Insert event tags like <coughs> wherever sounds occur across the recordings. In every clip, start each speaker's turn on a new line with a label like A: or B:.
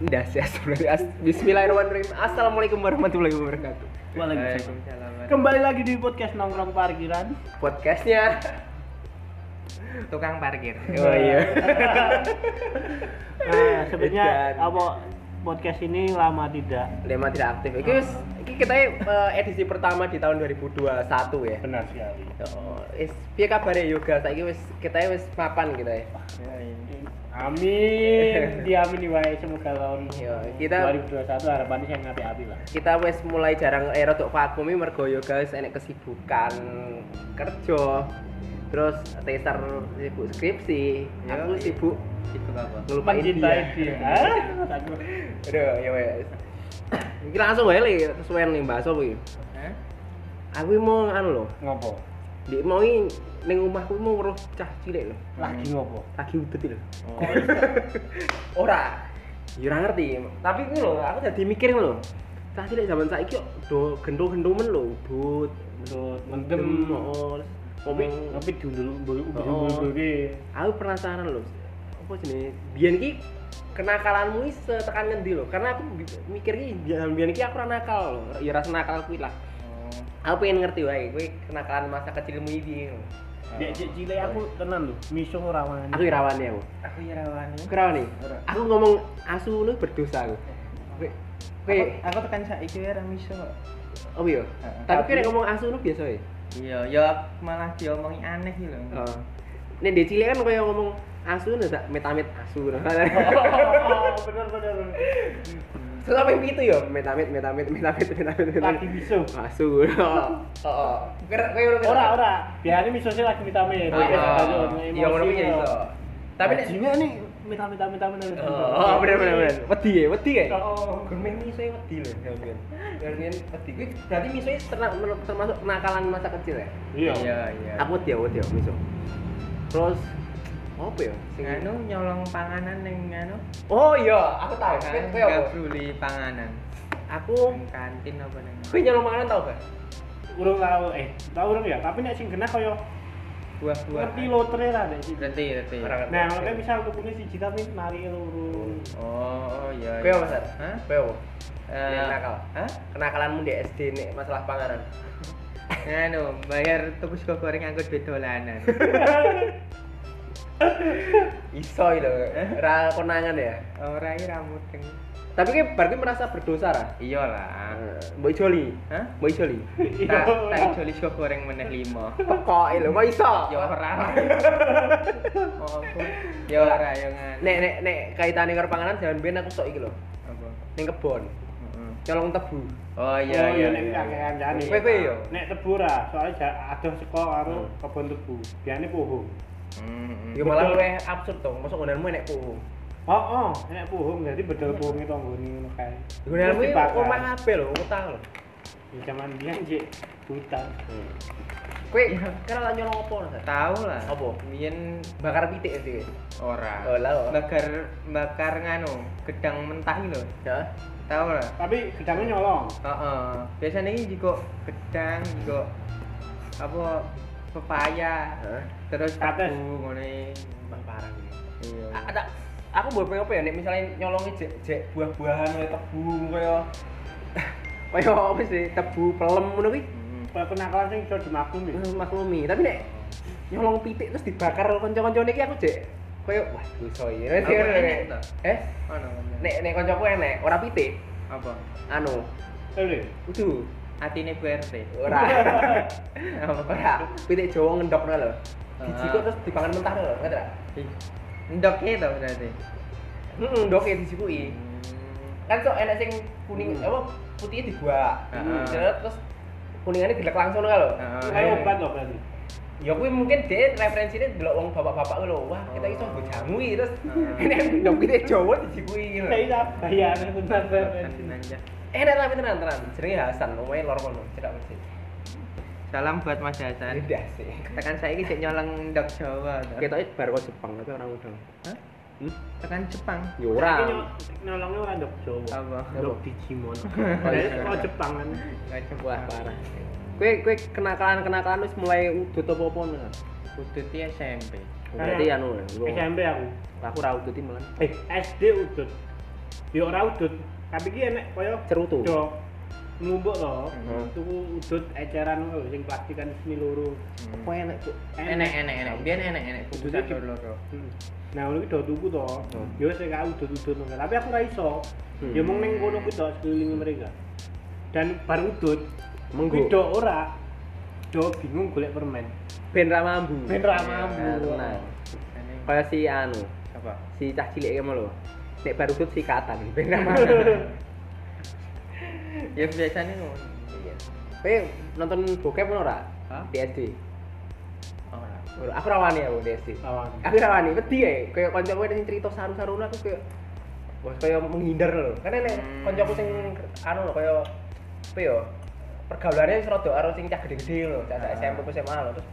A: Udah Kan sih sebenarnya. As- Bismillahirrahmanirrahim. Assalamualaikum warahmatullahi wabarakatuh.
B: Waalaikumsalam.
A: Waalaikumsalam.
B: Kembali lagi di podcast nongkrong parkiran.
A: Podcastnya tukang parkir. Oh iya.
B: Nah, sebenarnya
A: Eh, Dan-
B: apa podcast ini lama tidak.
A: Lema tidak aktif. Iki wis- iki kita eh, edisi pertama di tahun 2021 ya.
B: Benar sekali.
A: Oh, is piye kabare yoga saiki wis kita wis mapan kita ya.
B: <laughs> Amin, diamini wae semoga tahun
A: Yo, Iya, kita-
B: 2021 harapannya yang ngapi-api lah.
A: kita wes mulai jarang eh rodok vakum ini mergo yoga wis enek kesibukan kerja terus teaser sibuk skripsi
C: Ya,
A: aku
C: iya.
A: sibuk
C: Itu apa?
A: ngelupain
B: Mencintai
A: dia <laughs> Iya.
B: dia.
A: aduh ya wes ini langsung wae li kesuwen nih mbak sopo iki.
C: Hah?
A: aku mau anu lho
B: Ngopo?
A: di mau ini ning omahku mau weruh cah cilik lho
B: Lagi ngopo?
A: lagi udet lho
C: Oh,
A: <laughs> ora ya ora ngerti tapi ini lho aku jadi mikir lho cah cilik zaman saiki kok do gendong-gendomen lho udut
B: Menurut mendem
A: mendem oh ngomong
B: ngopi dulu
A: Oh. aku penasaran loh apa jenis biyen ki kenakalanmu iki setekan ngendi lho karena aku bi- mikir ki biyen biyen ki aku ora nakal lho ya ora senakal kuwi lah aku pengen ngerti wae kuwi kenakalan masa kecilmu iki
B: Dek cek cilik aku tenan lho, misuh ora wani.
A: Oh.
B: <laughs>
A: aku irawani aku
C: aku Irawani.
A: aku irawani
C: Ora.
A: aku ngomong asu lu berdosa aku Kuwi- kuwi
C: Aku, aku tekan saiki wae ra miso kok.
A: oh iya
C: Heeh.
A: tapi
B: Tapi-
A: kira ngomong asu lu biasa ya
C: Iya, ya malah diomongi aneh gitu loh.
A: Heeh. nek di cilik kan kaya ngomong asu ndak metamit asu
B: Oh, bener bener. bener.
A: Terus apa yang itu ya? Metamit, metamit, metamit, metamit, Oh, metamit.
B: Lagi misuh.
A: <laughs> Masuk. Heeh.
B: Ora ora, biasanya misuh sih lagi vitamin.
A: Oh, iya. Iya, ngono kuwi ya iso. Tapi nek
B: juga nih vitamin vitamin vitamin.
A: Oh, bener bener bener. Wedi ya, wedi ya.
B: Oh.
A: Gourmet miso ya wedi lho, sampean. Sampean wedi. Kuwi berarti miso ya terna- menur- termasuk kenakalan masa kecil ya?
B: Iya.
C: iya.
A: Aku wedi, aku wedi aku miso. Terus apa ya? Sing
C: anu nyolong panganan ning anu.
A: Oh iya, aku tahu. Kuwi
C: Kan
A: kuwi apa? Oh.
C: nggak beli panganan.
A: Aku
C: Ning kantin apa ning.
A: kuwi nyolong makanan tau gak?
B: Urung tahu eh, tahu urung ya, tapi nek sing genah koyo
C: Buah-buah.
B: ngerti lotre lah nek sih.
C: Ngerti, ngerti.
A: Orang ngerti.
B: Nah, makanya misal kupune siji tapi nari loro.
C: Oh, oh, iya.
A: Kuwi
C: iya.
A: apa, Sar?
C: Hah?
A: Kuwi apa?
C: Eh,
A: Yang nakal. <laughs>
C: Hah?
A: Kenakalanmu di SD nih masalah panganan.
C: Anu, bayar tuku sego goreng aku duit
A: <laughs>
C: dolanan.
A: iso lho ra konangan ya
C: Ora iki ra mudeng.
A: tapi kayak berarti merasa berdosa ra
C: Iyalah.
A: mbok joli
C: Hah?
A: mbok joli Iya.
B: <laughs>
C: Tak tak joli sego goreng meneh lima.
A: kok lho kok iso
C: Ya ora. Oh, aku. Ya ora ya ngene.
A: nek nek nek kaitane karo panganan jangan ben aku sok iki lho
C: Apa?
A: ning kebon
C: Heeh.
A: nyolong tebu
C: Oh
B: Oh,
C: iya iya.
B: nek
C: iya, iya.
B: kakean-kakean iki.
A: kowe kowe yo
B: Nek tebu ra, soalnya ja- adoh seko karo
A: Hmm.
B: kebon tebu. Biasanya puhu.
C: Hmm,
A: yo
C: hmm.
A: malah
B: Betul.
A: kowe absurd to mosok ngonanmu nek puhu
B: Oh, oh, nek puhu berarti
A: Iya.
B: bedol puhunge tanggone ngono kae.
A: ngonanmu
B: Terus
A: iki
B: dibakar.
A: omah kabeh lho utang lho
B: Ya zaman biyen sih hutan.
A: kowe kira lan nyolong opo Ra?
C: Tahu lah.
A: Apa?
C: Biyen
A: bakar pitik ya, sih
C: ora.
A: Oh, lah, oh.
C: Bakar bakar nganu, gedang mentah iki lho.
A: ya
C: Tahu lah.
B: Tapi gedangnya nyolong.
C: Heeh. Biasanya iki juga gedang, juga apa pepaya.
A: Heeh.
C: Terus
B: Kates.
C: tebu ngene.
A: Bang parah iki
C: Iya.
A: A- ada aku buat pengen apa ya nek misalnya nyolongi jek jek buah-buahan kayak <laughs> tebu kaya kaya apa sih tebu pelem ngono kuwi
C: Hmm.
B: Pe- Penakalan sing iso dimaklumi.
A: Eh, maklumi tapi nek nyolong pitik terus dibakar karo kanca-kancane iki aku jek kaya wah dosa iki Nek-
C: Apa
A: nek-
C: enek ta?
A: eh
C: Ono.
A: nek nek kancaku enek ora pitik
C: apa?
A: anu
B: Lho.
A: kudu
C: Atine BRT.
A: ora ora pitik Jawa ngendokno lho dijikuk terus dipangan mentah lho ngerti ra
C: Ndoknya tau berarti.
A: heeh ndoke
C: Hmm.
A: dijikuki kan sok enak sing kuning
B: Hmm.
A: apa putihnya dibuak
C: Heeh.
A: Jeret, terus kuningannya gelek langsung kan lho
C: Heeh.
B: Kayak obat kok berarti.
A: ya kuwi mungkin dia referensinya delok wong bapak-bapak kuwi lho wah kita iso nggo jamu iki terus <laughs>
C: Heeh.
A: enak ndok kita Jawa dijikui iki lho Eh,
B: Saya bayar hutan
C: Tenan ya.
A: enak tapi tenan tenan jenenge Hasan omahe lor kono cedak masjid
C: Salam buat Mas Hasan.
A: beda sih
C: Tekan saya ini cek nyolong ndok Jawa. tau.
A: Nah. kita itu baru ke Jepang tapi orang udah
C: Hah?
A: hmm?
C: Tekan Jepang.
A: ya ora
B: Nah, Nolongnya orang ndok Jawa.
C: Apa?
B: Ndok Digimon.
A: Oh, iya.
B: Kalau Jepang kan.
C: Nggak Jepang.
A: Eh, wah parah kue kue kenakalan kenakalan wis mulai udut apa apa
B: Eh.
A: kan
C: Udutnya SMP.
A: berarti anu ya, wong.
B: SMP aku.
A: aku ra uduti malah
B: Eh, SD udut. yo ora udut tapi ki enek eh, koyo
A: Cerutu.
B: do numbuk to
A: Heeh.
B: tuku eh, udut eceran lho sing plastik kan semi loro
A: Apa enak cuk?
C: enek enek enek biar enek enek kudusan
B: Kudusan
C: loro
B: Hmm. nah ngono ki do tuku to yo sing gak udut-udut ngono. tapi aku ora iso
A: Hmm.
B: yo mung ning kono ku tok sekeliling mereka dan bar udut
A: Menggo.
B: kuwi do ora do bingung golek permen
A: Ben ra mambu.
B: ben ra mambu
A: Nah, Kayak si anu,
C: apa
A: si cah cilik kamu lho. Nek baru tuh sikatan, ben ra mambu.
C: ya biasanya ngono iya
A: Kowe nonton bokep ngono ora?
C: Hah?
A: Di SD.
C: ora
A: Ora, Aku rawani aku di SD.
B: lawan
A: Aku rawani, wedi ya. Kayak kanca kowe sing cerita saru-saru aku kayak Wah, kayak menghindar lho. Kan nek
C: Hmm.
A: kancaku sing anu lho kayak apa ya? Pergaulannya wis rada karo sing cah gede-gede lho, cah
C: Ah.
A: SMP ke SMA lho. Terus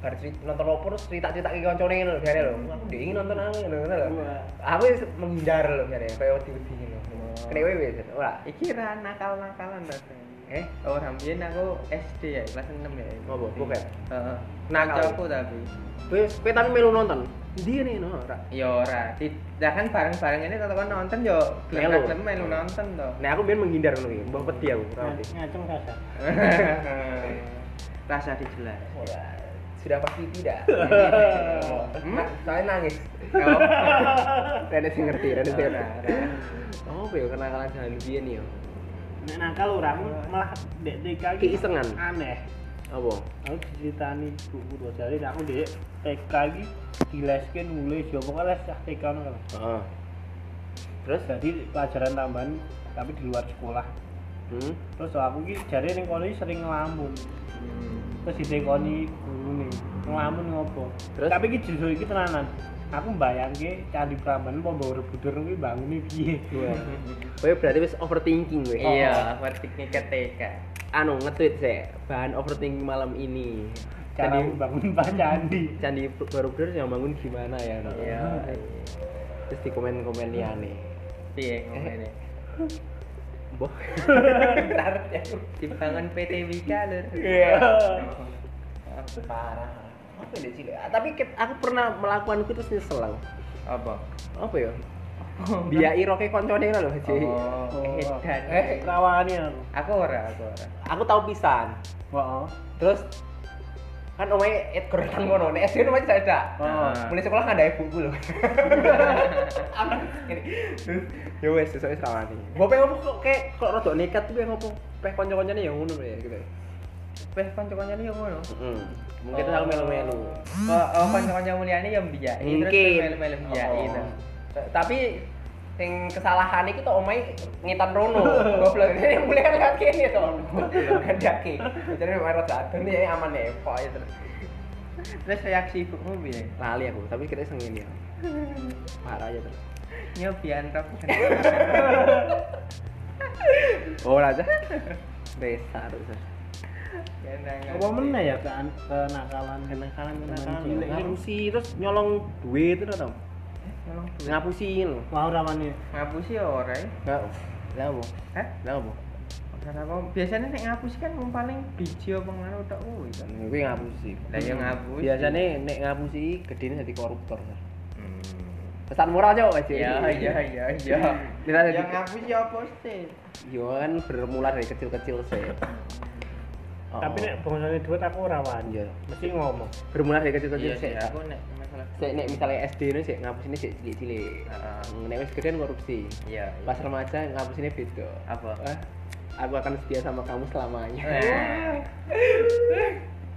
A: bar cerita nonton opo terus cerita-cerita ke kancane lho, biare lho. Aku ndek ingin nonton aku ngono lho.
C: Iya.
B: Wah.
A: Aku wis menghindar lho biare, kayak wedi-wedi ngono.
C: Oh.
A: Kene kowe wis ora.
C: iki ra nakal nakalan rasanya
A: Eh,
C: Oh, Rambian aku SD ya, kelas 6 ya.
A: Apa? Bokep?
C: Heeh.
A: Nakal.
C: Kancaku tapi.
A: kowe kowe tapi melu nonton. Ndi ngene no ora?
C: Ya ora, di lah kan bareng-bareng ini tetep kan nonton yo
A: Melu.
C: gelem melu nonton
A: <laughs>
C: to.
A: Nek aku biyen menghindar ngono iki, mbah peti aku.
C: Nah.
A: ora wedi.
B: ngacung rasa <laughs>
C: Rasa
A: <laughs>
C: dijelas.
A: Ya, sudah pasti tidak. <laughs> Ah,
C: Hmm?
A: Saya nangis.
C: Oh,
A: Rene sing ngerti, Rene sing
C: ora,
A: ngerti.
C: ora.
A: Oh, ya kenakalan jalan biyen ya? nih.
B: nek nakal ora aku malah dek TK ki
A: Keisengan.
B: aneh
A: Apa?
B: aku diceritani buku dua jari aku dek TK iki dileskin mulai siapa kan les cah TK ngono kan
A: Heeh. Terus?
B: jadi pelajaran tambahan tapi di luar sekolah
A: Hmm.
B: terus aku ki jare ning kono iki sering ngelamun terus ditekoni gurune ngelamun ngopo
A: Terus?
B: tapi ki justru iki tenanan aku mbayangke candi Prambanan apa Mbah Borobudur kuwi bangune piye
A: Wah. Kowe Oh, ya berarti wis overthinking kowe. Oh.
C: Iya, vertiknya ke TK.
A: Anu nge-tweet sih, bahan overthinking malam ini.
B: cara
A: Candi
B: bangun Pak Candi
A: Candi Borobudur yang bangun gimana ya? no?
C: Iya.
A: Terus ya, di komen-komen liane.
C: Piye ngomongnya?
A: <laughs> Boh. ya.
C: Dibangun PT Wika lur.
A: Iya.
B: Iya.
A: Parah. Apa ya cilik? Ah, Tapi ket- aku pernah melakukan itu terus nyesel aku.
C: Apa?
A: Apa ya? Biai roke koncone lho, Ji.
C: Oh,
A: Iya.
C: edan.
B: eh rawani aku oh.
C: Aku ora, aku ora.
A: Aku tahu pisan.
B: Heeh.
A: Terus kan omae Edgar nang ngono, nek SD omae dadak.
B: Oh.
A: Mulai sekolah kan ada ibuku lho. Aku ini. Terus, Ya wes, sesuk wis rawani. Gua pengen ngopo kok kayak kok rada nekat tuh pengen ngopo peh kanca-kancane ya ngono ya gitu.
C: Wes kanca-kancane yo ngono.
A: Heeh. Mungkin terus aku melu-melu.
C: Oh, oh kanca-kanca muliane yo
A: Iya,
C: mbiyai terus
A: Hmm. Mungkin.
C: melu-melu mbiyai
A: Oh.
C: to.
A: Ta- Tapi sing kesalahan iki tok omahe ngitan <laughs> rono. Goblok ini mulai kan lewat kene to. Kendaki. Jadi marot satu nih aman ya, kok ya terus.
C: Terus reaksi ibumu piye?
A: Lali aku, tapi kita iseng ini <laughs> ya. Parah aja terus.
C: Nyobian rok.
A: Oh aja. Besar besar. Iya.
B: apa meneh ya kan kenakalan
A: Kenakalan
B: Kenakalan,
A: cilik.
B: kenakalan.
A: ngapusi terus nyolong duit itu tau. Ngapusin lho.
B: mau rawani
C: Ngapusi ya ora. ya.
A: Enggak. Lah apa?
C: Hah?
A: Lah apa?
C: Ora apa? Biasanya nek ngapusi kan wong paling biji apa ngono tok kuwi kan.
A: Nah, Gue ngapusi.
C: Lah ya ngapusi.
A: Biasanya nek ngapusi gedene jadi koruptor. Sar.
C: Hmm.
A: Pesan murah aja Mas.
C: <laughs> Ya, ya, ya, ya.
A: Iya, Kita jadi-
C: Yang ngapusi apa sih?
A: Yo kan bermula dari kecil-kecil sih. Oh.
B: tapi nek bangsane duit aku rawani
A: Iya.
B: mesti ngomong
A: bermula dari kecil-kecil
C: Iya
A: sih.
C: sih, aku nek masalah.
A: Sik nek misalnya SD ini sik ngapus ini sik cilik-cilik.
C: Heeh.
A: Nek wis gedean korupsi.
C: Iya. iya.
A: Pas remaja ngapus ini beda.
C: Apa?
A: Ah, aku akan setia sama kamu selamanya. Oh,
C: Eh.
A: Eh.
B: <laughs>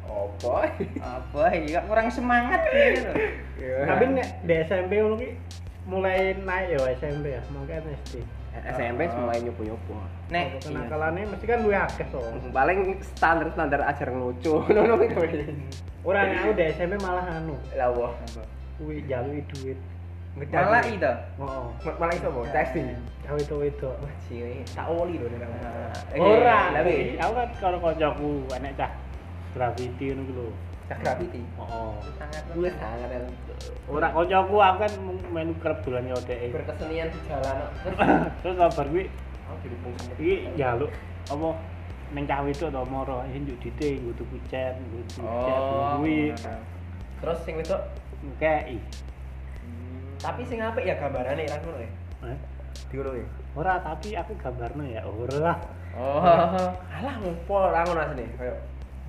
A: Apa?
C: apa ya kurang semangat gitu loh
A: Nah,
B: tapi nek di SMP ngono ki mulai naik ya SMP ya mungkin SD
A: SMP
C: Oh.
A: mulai nyopo-nyopo.
C: nek Iya.
B: Apa kenakalannya mesti kan luwih akeh so
A: Paling standar-standar ajar <laughs> ngelucu. Ngono itu.
B: ora nek aku di SMP malah anu
A: Lah wah.
B: kuwi jalui duit
C: malah itu
B: oh
A: Malah iso mau taksi.
B: gawe itu itu
A: Cilik tak oli lho nek.
B: ora
A: Tapi
B: aku kan karo kancaku enek cah graffiti ngono ki lho
A: graffiti.
B: oh
C: sangat
A: Gue sangat yang
B: ora kancaku aku kan main kerep dolan nyoteke
A: berkesenian di jalan. Terus
B: <coughs> terus kabar kuwi
A: aku jadi bungsu.
B: iki njaluk apa neng cah wedok to moro iki njuk dite nggo tuku cat nggo
C: Oh.
B: tuku cat kuwi
A: Terus sing wedok
B: ngekeki
A: tapi sing apik ya gambarane ra ngono ya.
B: Eh,
D: di ngono ya.
B: Ora tapi aku gambarno ya ora lah.
C: Oh.
A: Alah ngumpul ra ngono asine. Kayak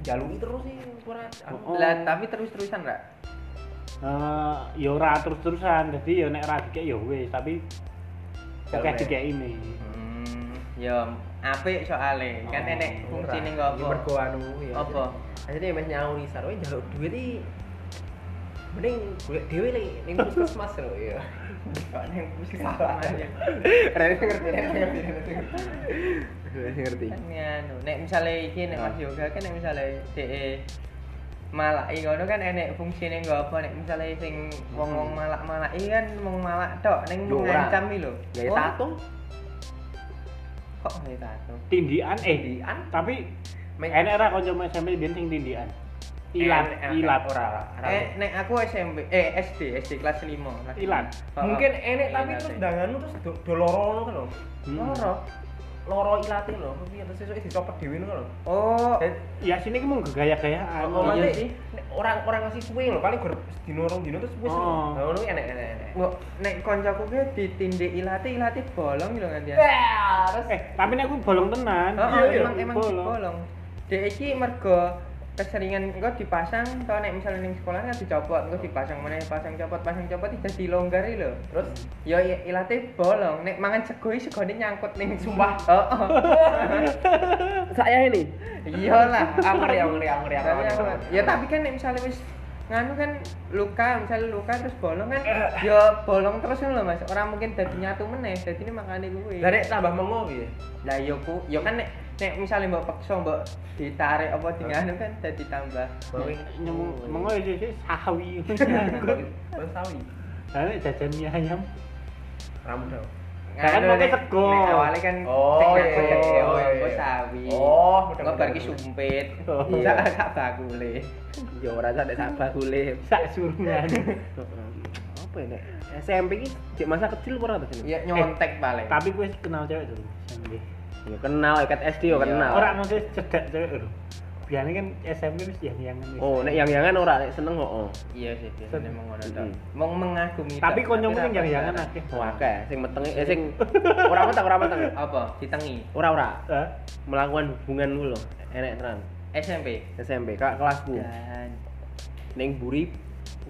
A: jalui terus sih ora.
B: Oh.
C: Lah, tapi terus-terusan enggak?
B: Eh, ya ora terus-terusan. Jadi ya nek ra dikek ya wis, tapi
C: Jalan
B: oke
C: ya.
B: dikek ini.
C: Hmm, ya apik soalnya kan enek fungsi ning apa?
A: Mergo anu ya.
C: Apa?
A: Asline mes nyauri sarwe njaluk duit iki mending golek dhewe le ning puskesmas lho ya.
C: Kok ning puskesmas aja.
A: Rene Ya, ngerti, Rene ngerti, Rene ngerti. Rene ngerti.
C: Kan nganu, nek misale iki nek Mas Yoga kan nek misale DE malak ngono kan enek fungsi ning apa nek misale sing wong-wong malak-malak iki kan mung malak tok ning
A: Yo, ora.
C: ngancam iki lho.
A: Gaya
C: Oh,
A: tato,
C: Kok gaya tato?
B: Tindian eh
A: dian.
B: tapi
A: Mek-
B: enek ra kanca SMP biyen sing tindian. Ilat,
C: Enek, enek.
B: ilat
A: Ora ora.
C: Eh, nek aku SMP, eh SD, SD kelas 5.
B: Ilan.
A: Mungkin enek tapi terus
C: dah.
A: danganmu terus do- do loro ngono kan lho.
B: Hmm.
A: Loro. Loro ilate lho, piye terus sesuk dicopot dhewe ngono Eh, lho.
C: Oh,
A: Dan-
B: Ya sini ki mung Ya. gegaya-gayaan.
A: Oh,
C: iya
A: iya
C: sih.
A: Orang-orang ngasih kue lho, paling gur dino rong dino terus wis. Nah,
B: Oh.
A: Ngono kuwi enek-enek. enek.
C: Wah, nek koncoku ki ditindik ilate ilate bolong lho
A: ya.
C: kan dia.
A: Wah, Terus
B: Eh, tapi nek aku bolong tenan.
A: iya,
C: Heeh, Oh, emang emang bolong. Dek iki mergo keseringan engko dipasang to nek misalnya ning sekolah kan dicopot engko dipasang meneh pasang copot pasang copot iki dadi longgar iki lho.
A: terus
C: Ya i- ilate bolong nek mangan sego iki segone nyangkut ning
A: <laughs>
C: sumpah. Oh, Heeh.
A: saya ini.
C: Iyalah.
A: <laughs> Angger ya, angger ya, angger ya.
C: Tapi aku- Ya tapi kan nek misalnya wis nganu kan luka, misalnya luka terus bolong
A: <laughs>
C: kan ya bolong terus kan lho Mas. Ora mungkin dadi nyatu meneh. Dadi ini makane kuwi.
A: Lah nek tambah mengo ya. piye?
C: Lah yo ku, yo kan nek nek misale mbok paksa mbok ditarik apa dinganu kan dadi tambah.
A: Bawi.
B: Nyemung
C: Oh, iya.
B: mengoy sih sawi. <laughs>
A: Wes sawi.
B: Lah nek jajan mie ayam.
A: Ramu dong.
B: Lah kan pakai sego.
C: Nek awale kan
A: Oh,
C: sing
A: iya,
C: ngaku
A: iya,
C: sego,
A: iya,
C: aku
A: iya.
C: sawi.
A: Oh, udah,
C: kok
A: udah,
C: bar ki
A: udah. <laughs>
C: sumpit.
B: Oh.
C: Sak sak bakule.
A: iya. Yo ora sak sabah kule.
B: Sak surungan.
C: <laughs>
A: Apa ya nek SMP ki cek masa kecil ora ta sini?
C: Ya nyontek paling.
B: Tapi gue kenal cewek dulu. SMP.
A: Yo kenal ikat SD yo
C: Iya.
A: kenal.
B: Orang maksudnya cedak cewek dulu. Biasanya kan SMP wis yang-yangan wis.
A: Oh, nek yang-yangan ora nek seneng kok. oh.
C: Iya sih, biasanya
B: Sen-
C: emang ngono
A: Mm-mm.
C: tok. Mong mengagumi. tok.
B: Tapi konyomu
C: Tapi
B: sing
C: apa-
B: yang-yangan akeh.
A: Oh, akeh sing metenge eh <laughs> sing ora meteng ora meteng.
C: Apa? Ditengi.
A: Ora ora
B: Hah?
A: melakukan hubungan dulu enek tenan
C: SMP.
A: SMP kak kelasku
C: Dan.
A: ning buri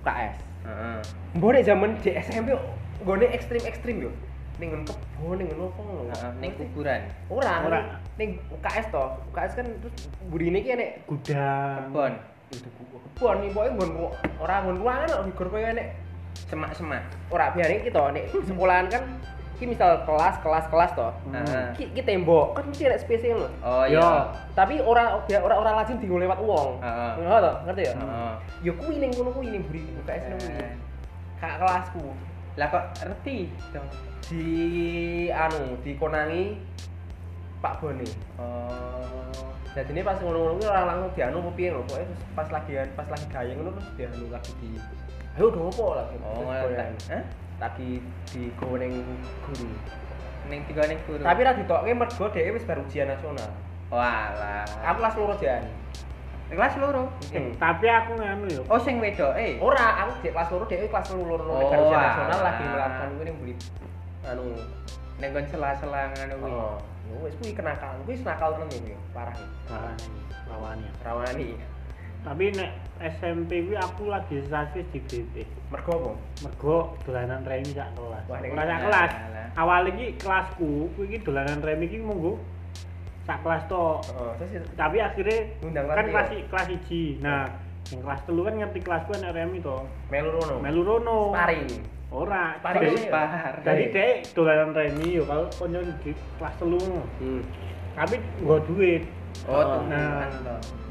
A: UKS
C: Heeh.
A: mbok nek zaman di SMP nggone ekstrim-ekstrim yo ning nggon kebo ning ngono apa ngono
C: Heeh, ning kuburan.
A: ora
B: Ora.
A: ning- ning UKS to UKS kan terus burine ki enek
B: Gudang.
C: Kebon.
A: itu kebon nih pokoknya nggon ru- ora nggon ruangan kok figur koyo enek
C: Semak-semak.
A: ora biarin kita nek sekolahan kan ki misal kelas kelas kelas to
C: Heeh.
A: ki, ki tembok kan mesti enek space ngono
C: Oh
B: Yo.
C: iya.
A: tapi ora biar ora ora lazim dienggo lewat uang
C: Heeh.
A: ngono to ngerti ya
C: Heeh.
A: ya kuwi ning ngono kuwi ning buri UKS ning kuwi kak kelasku
C: Lah kok reti dong.
A: di anu dikonangi Pak Boni
C: Oh.
A: jadi ini pas ngono-ngono kuwi orang langsung dianu apa piye lho pokoknya terus pas lagi pas lagi gayeng ngono terus dianu lagi di ayo dong apa lagi
C: Oh,
A: Terus
C: ngono.
A: goyang.
C: Hah?
A: lagi di goreng guru
C: Ning tiga ning guru.
A: tapi ra ditokke mergo dhewe wis baru ujian nasional
C: walah.
A: aku kelas loro jan
C: kelas loro.
B: Eh, Tapi aku nganu yo.
C: Oh sing wedok eh.
A: ora aku dek kelas loro dhewe kelas loro loro
C: Oh,
A: baru ujian nasional
C: alah.
A: lagi melakukan kuwi ning buri anu
C: Ning kon sela-sela ngono kuwi.
A: oh ya wis kuwi kenakalan kuwi wis nakal tenan ya kuwi parah
B: Rawani, rawani.
A: rawani
B: Tapi nek SMP kuwi aku lagi sasi di BP.
A: mergo apa
B: mergo dolanan remi sak kelas.
A: Wah,
B: Ora sak
C: nah,
B: kelas.
C: nah.
B: Awal iki kelasku, kuwi iki dolanan remi iki monggo sak kelas tok.
A: heeh terus ya-
B: Tapi akhirnya
A: Ngundang
B: kan
A: lagi,
B: kelas
A: ya?
B: kelas 1. Nah, yang kelas telu kan ngerti kelasku anak remi to.
A: melu rono
B: Melu rono.
A: pari
B: Ora.
A: Sparring.
B: Jadi-
C: Par.
B: Jadi dek dolanan remi yo kalau konyo di kelas telu. ngono.
A: hmm
B: Tapi nggo duit.
C: Oh,
A: Oh,
B: nah.
C: tuh.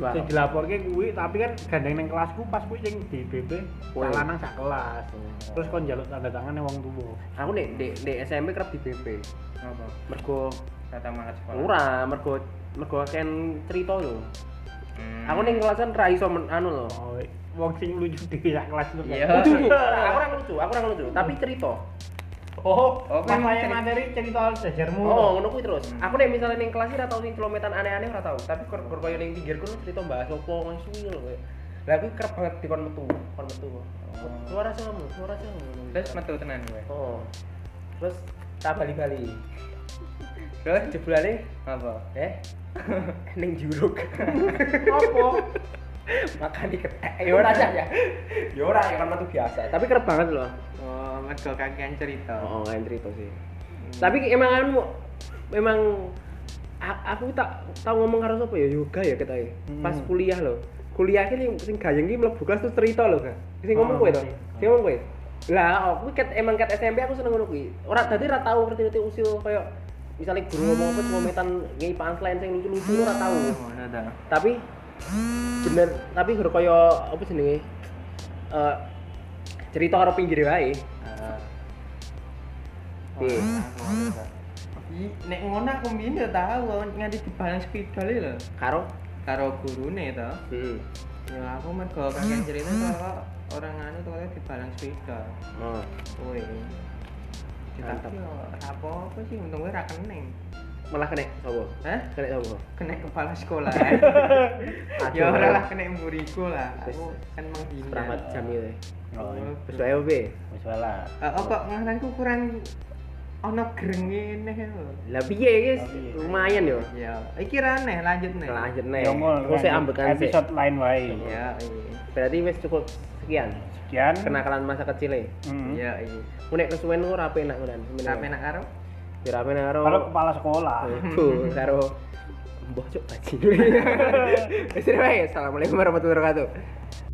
A: Wah.
B: Sing dilaporke kuwi tapi kan gandeng ning kelasku pas kuwi sing di BP
A: Woi.
B: sak lanang sak kelas. Terus kon njaluk tanda tangan wong tuwa.
A: aku nek di, di SMP kerap di BP
C: Ngopo?
A: mergo
C: Tata mangat sekolah.
A: ora mergo mergo akan cerita lho
C: Hmm.
A: aku ning kelasan ra iso men, anu lho
B: Oh, wong sing lucu dhewe sak kelas itu
C: Iya.
B: kan.
A: lucu aku ora lucu aku ora lucu tapi cerita
B: <laughs> Oh,
C: Oh, kan
B: makanya
C: cerita-
B: materi cerita sejarmu.
A: Oh, ngono kuwi terus. Aku nek misalnya ning kelas ora tau ning celometan aneh-aneh ora tau, tapi kur kur koyo ning pinggir kono cerita bahas opo ngono suwi lho kowe. Lah kuwi kerep banget dikon metu, kon metu. Suara sama, suara sama.
C: Terus metu tenan gue.
A: Oh. Terus
C: tak bali-bali. Terus jebolane apa?
A: <laughs>
C: Eh,
A: Neng juruk. <laughs>
B: Apa?
C: makan di ketek. Ya ora Cah, ya. Ya ora, ya kan metu biasa.
A: Tapi kerep banget loh.
C: Oh, mergo kakean cerita.
A: Oh, entry itu sih. Tapi emang anu memang a- aku tak tahu ngomong karo sapa ya yoga ya kita ya. Pas
C: Hmm.
A: kuliah loh. Kuliah ki li- sing gayeng ki mlebu kelas terus cerita loh, Kak. Sing ngomong
B: Oh,
A: kowe to.
B: ngerti.
A: Sing ngomong kowe. Lah, aku ket emang ket SMP aku seneng ngono kuwi. Ora dadi ora tau ngerti-ngerti usil koyo misalnya guru ngomong apa ngometan ngei punchline sing lucu-lucu ora tau.
C: Oh, Ngono ta.
A: Tapi bener, tapi guru koyo apa jenenge? Eh cerita karo pinggir wae. Piye?
C: Ih, Nek ngono aku mbiyen yo tau oh, nganti dibalang spidol lho
A: Karo
C: karo gurune to.
A: heeh.
C: Ya aku mergo
A: Hmm.
C: kakean cerita kalau orang anu tuh dibalang spidol.
A: Oh.
C: Woi. Kita
A: Mantap.
C: yo apa-apa sih untung gue ra kening.
A: malah kena sobo
C: Hah?
A: kena sobo
C: kena kepala
A: <laughs>
C: sekolah <laughs> ya
A: Aduh.
C: ora lah kena mburiku lah
A: Wis.
C: aku kan menghindar
A: perangkat jam itu ya
B: Oh, iya.
A: terus wae apa ya?
B: Wis lah.
C: Eh, oh kok ngaranku kurang ono grenge neh lho
A: lah piye guys
B: Oh, iya.
A: lumayan yo
C: ya iki ra neh lanjut neh
A: lanjut nih
B: Yo ngol.
A: terus saya ambekan sih
B: episode lain wae.
C: ya iya
A: berarti wes cukup sekian
B: Sekian.
A: kenakalan masa kecil ya
B: Mm.
C: ya iya
A: unek kesuwen ku rapi enak kan
C: sampe nak karo
A: ya rapi enak karo
B: Kalau kepala sekolah.
A: aku karo mbok cuk bajingan wes wae assalamualaikum warahmatullahi wabarakatuh